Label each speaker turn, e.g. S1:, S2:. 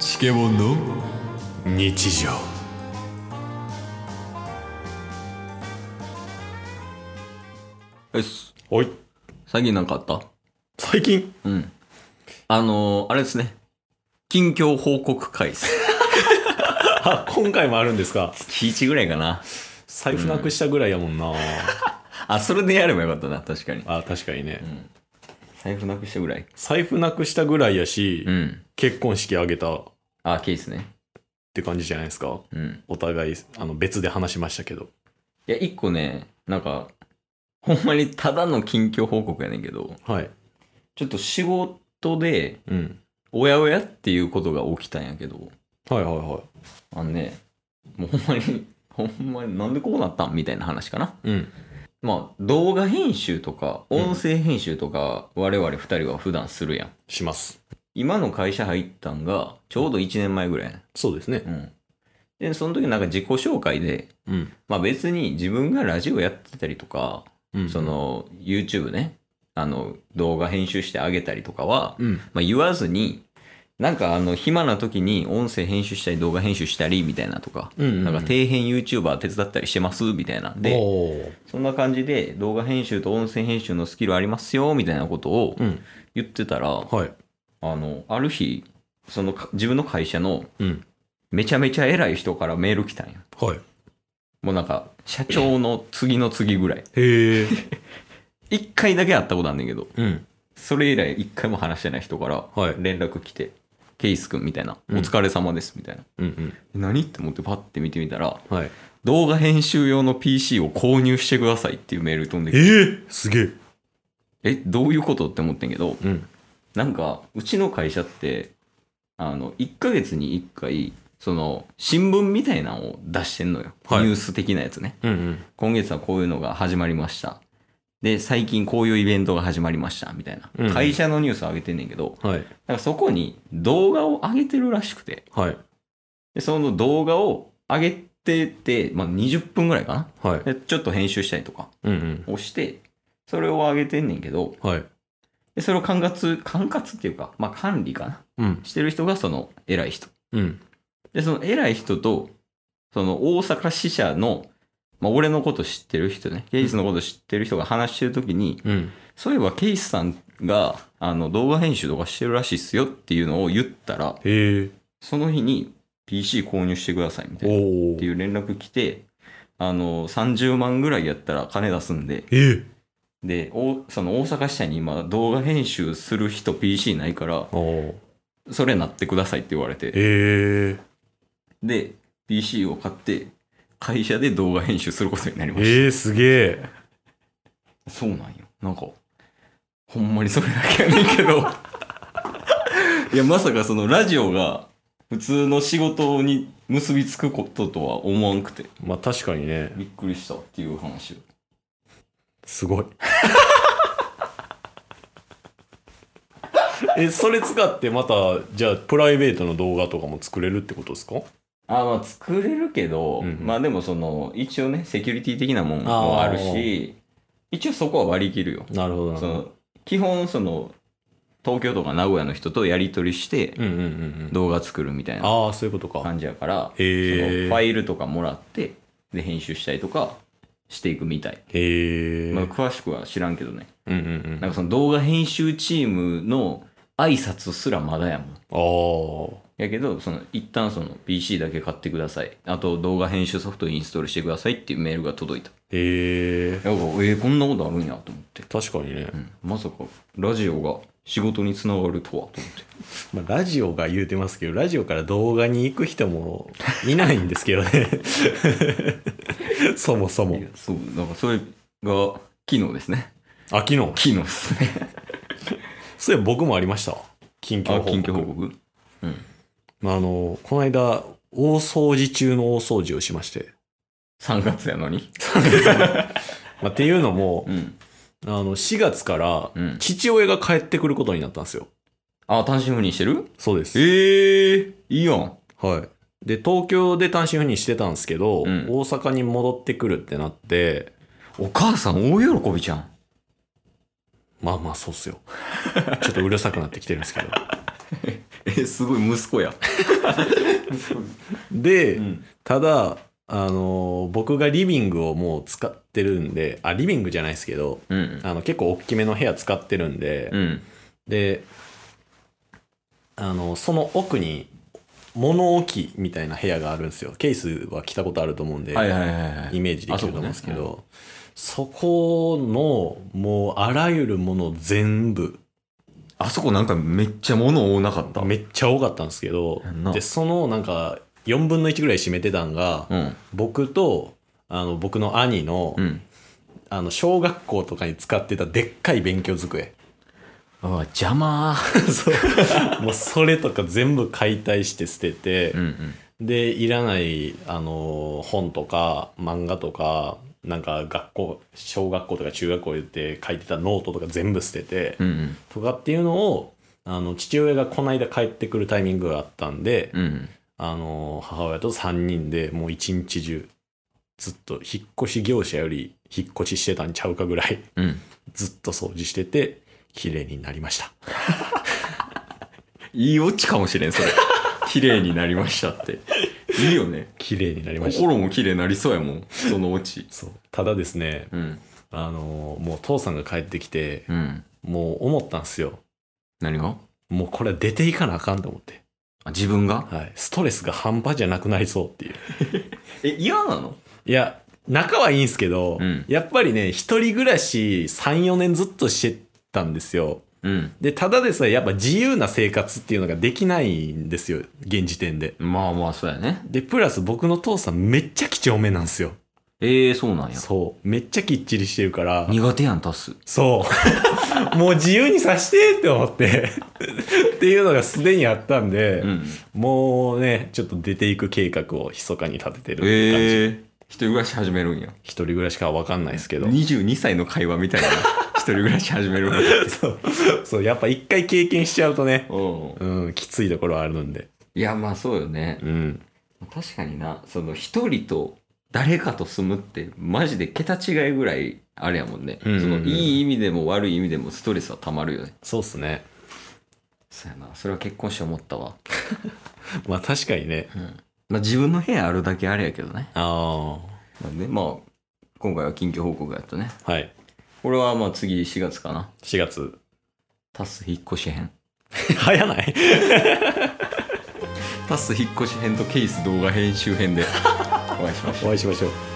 S1: チケボンの日常
S2: よし
S3: おい
S2: 最近なんかあった
S3: 最近
S2: うんあのー、あれですね近況報告会です
S3: あ今回もあるんですか
S2: 月1ぐらいかな
S3: 財布なくしたぐらいやも んな、
S2: あそれでやればよかったな確かに
S3: あ確かにね、
S2: 財布なくしたぐらい
S3: 財布なくしたぐらいやし、
S2: うん
S3: 結婚式あげたっ
S2: あケースね
S3: て感じじゃないですか
S2: うん
S3: お互いあの別で話しましたけど
S2: いや一個ねなんかほんまにただの近況報告やねんけど
S3: はい
S2: ちょっと仕事で
S3: うん
S2: おやおやっていうことが起きたんやけど
S3: はいはいは
S2: あのねもうほんまにほんまになんでこうなったんみたいな話かない
S3: うん
S2: まあ動画編集とか音声編集とか我々2人は普段するやん、
S3: します
S2: 今の会社入ったんがちょうど1年前ぐらいやね
S3: そうですね
S2: うんでその時なんか自己紹介で
S3: うん
S2: まあ別に自分がラジオやってたりとか、
S3: うん
S2: その YouTube ねあの動画編集してあげたりとかは、
S3: うん
S2: まあ、言わずになんかあの暇な時に音声編集したり動画編集したりみたいなとか、
S3: うんうんうん
S2: なんか底辺 YouTuber 手伝ったりしてますみたいなんで
S3: おー
S2: そんな感じで動画編集と音声編集のスキルありますよみたいなことを
S3: うん
S2: 言ってたら、
S3: はい
S2: あのある日そのか自分の会社の
S3: うん
S2: めちゃめちゃ偉い人からメール来たんや
S3: はい
S2: もうなんか社長の次の次ぐらい
S3: へえ
S2: 一回だけ会ったことあんねんけど
S3: うん
S2: それ以来一回も話してない人から
S3: はい
S2: 連絡来て「ケイス君」みたいな「お
S3: ん
S2: 疲れ様です」みたいな
S3: うん
S2: 「何?」って思ってパッて見てみたら
S3: うんはい
S2: 「動画編集用の PC を購入してください」っていうメール飛んできて
S3: ー、すげえ
S2: えどういうことって思ってんけど
S3: うん
S2: なんかうちの会社ってあの1ヶ月に1回その新聞みたいなのを出してんのよ、
S3: はい
S2: ニュース的なやつね
S3: うんうん
S2: 今月はこういうのが始まりましたで最近こういうイベントが始まりましたみたいな、
S3: うん
S2: 会社のニュースを上げてんねんけど
S3: はい
S2: なんかそこに動画を上げてるらしくて
S3: はい
S2: でその動画を上げてて、まあ、20分ぐらいかな
S3: はい
S2: でちょっと編集したりとか
S3: うんうん
S2: をしてそれを上げてんねんけど
S3: はい
S2: でそれを管轄管轄っていうか、まあ、管理かな
S3: うん
S2: してる人がその偉い人。
S3: うん
S2: で、その偉い人と、その大阪支社の、まあ、俺のこと知ってる人ね、ケイスのこと知ってる人が話してるときに、
S3: うん
S2: そういえばケイスさんがあの動画編集とかしてるらしいっすよっていうのを言ったら、
S3: へえ
S2: その日に PC 購入してくださいみたいなっ
S3: おお
S2: ていう連絡来て、あの30万ぐらいやったら金出すんで、
S3: ええ
S2: で、おその大阪支社に今動画編集する人 PC ないから、
S3: おお
S2: それなってくださいって言われて、
S3: え
S2: で PC を買って会社で動画編集することになり
S3: え
S2: まし
S3: えすげえ
S2: た、そうなんよなんかほんまにそれだけやねんけど いやまさかそのラジオが普通の仕事に結びつくこととは思わんくて
S3: まあ確かにね
S2: びっくりしたっていう話
S3: すごい えそれ使ってまたじゃあプライベートの動画とかも作れるってことですか
S2: あまあ作れるけど、
S3: うんうん
S2: まあでもその一応ねセキュリティ的なもんもあるし一応そこは割り切るよ
S3: なるほど
S2: その基本その東京とか名古屋の人とやり取りして、
S3: うんうんうんうん
S2: 動画作るみたいな
S3: ああそういうことか
S2: 感じやから、
S3: へー
S2: そのファイルとかもらってで編集したりとかしていくみたい、
S3: へえ
S2: まあ、詳しくは知らんけどね
S3: うんうんうん
S2: なんかその動画編集チームの挨拶すらまだやもん
S3: あー
S2: やけどその一旦その PC だけ買ってくださいあと動画編集ソフトインストールしてくださいっていうメールが届いた
S3: へえ
S2: やっぱえーこんなことあるんやと思って、
S3: 確かにね、
S2: うんまさかラジオが仕事につながるとはと思って
S3: まあ、ラジオが言うてますけどラジオから動画に行く人もいないんですけど ねそもそも
S2: いやそうなんかそれが昨日ですね
S3: あ昨日
S2: 昨日ですね
S3: そういえば僕もありましたわ近況報
S2: あ
S3: 告
S2: 近況報告
S3: まあ、あのこの間大掃除中の大掃除をしまして、
S2: 3月やのに。
S3: まあ、っていうのも
S2: うん。
S3: あの4月から
S2: うん
S3: 父親が帰ってくることになったんですよ
S2: あ、単身赴任してる
S3: そうです
S2: ええいいやん。
S3: はいで東京で単身赴任してたんですけど、
S2: うん
S3: 大阪に戻ってくるってなって
S2: お母さん大喜びじゃん。
S3: まあまあそうっすよちょっとうるさくなってきてるんですけど
S2: えすごい息子や、
S3: で、
S2: うん、
S3: ただあの僕がリビングをもう使ってるんであリビングじゃないですけど
S2: うん
S3: あの結構大きめの部屋使ってるんで、
S2: うん
S3: であのその奥に物置みたいな部屋があるんですよケースは来たことあると思うんで、
S2: はいはいはいはい
S3: イメージできると思うん
S2: あ
S3: で
S2: そ
S3: す
S2: こ
S3: け
S2: ね
S3: ど、そこのもうあらゆるもの全部
S2: あそこなんかめっちゃ物多なかった
S3: めっちゃ多かったんですけど
S2: やんな
S3: でそのなんか4分の1ぐらい占めてたんが、
S2: うん
S3: 僕とあの僕の兄の,、
S2: うん
S3: あの小学校とかに使ってたでっかい勉強机
S2: あ邪魔
S3: そうもうそれとか全部解体して捨てて
S2: う、んうん
S3: でいらない、あのー本とか漫画とかなんか学校小学校とか中学校で書いてたノートとか全部捨てて、
S2: うんうん
S3: とかっていうのをあの父親がこの間帰ってくるタイミングがあったんで、
S2: うん
S3: あのー母親と3人でもう一日中ずっと引っ越し業者より引っ越ししてたんちゃうかぐらい
S2: うん
S3: ずっと掃除してて綺麗になりました
S2: いいオチかもしれん それ綺麗になりましたっていいよ ね
S3: 綺麗になりました
S2: 心も綺麗になりそうやもんそのオチ
S3: そうただですね
S2: うん
S3: あのーもう父さんが帰ってきて
S2: うん
S3: もう思ったんですよ
S2: 何が
S3: もうこれは出ていかなあかんと思って、
S2: あ自分が
S3: はい、ストレスが半端じゃなくなりそうっていう
S2: え嫌なの
S3: いや仲はいいんすけど、
S2: うん
S3: やっぱりね一人暮らし34年ずっとしてたんですよ
S2: うん
S3: でただでさえやっぱ自由な生活っていうのができないんですよ現時点で
S2: まあまあそうやね
S3: でプラス僕の父さんめっちゃ几帳面なんですよ
S2: ええそうなんや
S3: そうめっちゃきっちりしてるから
S2: 苦手やん足す
S3: そうもう 自由にさしてって思ってっていうのがすでにあったんで、
S2: うん
S3: もうねちょっと出ていく計画を密かに立ててるって感じ、
S2: ええ一人暮らし始めるんや
S3: 一人暮らしかは分かんないですけど
S2: 22歳の会話みたい な一人暮らし始めるんや
S3: そうそうやっぱ一回経験しちゃうとね
S2: うん
S3: うんきついところはあるんで
S2: いやまあそうよね
S3: うん
S2: 確かになその一人と誰かと住むってマジで桁違いぐらいあれやもんね、
S3: うんうんうん
S2: そのいい意味でも悪い意味でもストレスはたまるよね
S3: そうっすね
S2: そうやなそれは結婚して思ったわ、
S3: まあ確かにね
S2: まあ、自分の部屋あるだけあれやけどね
S3: あ
S2: なんでまあ今回は近況報告やったね
S3: あはい
S2: これはまあ次4月かな
S3: 4月
S2: タス引っ越し編
S3: 早ない
S2: タス引っ越し編とケース動画編集編でお会いしましょう
S3: お会いしましょう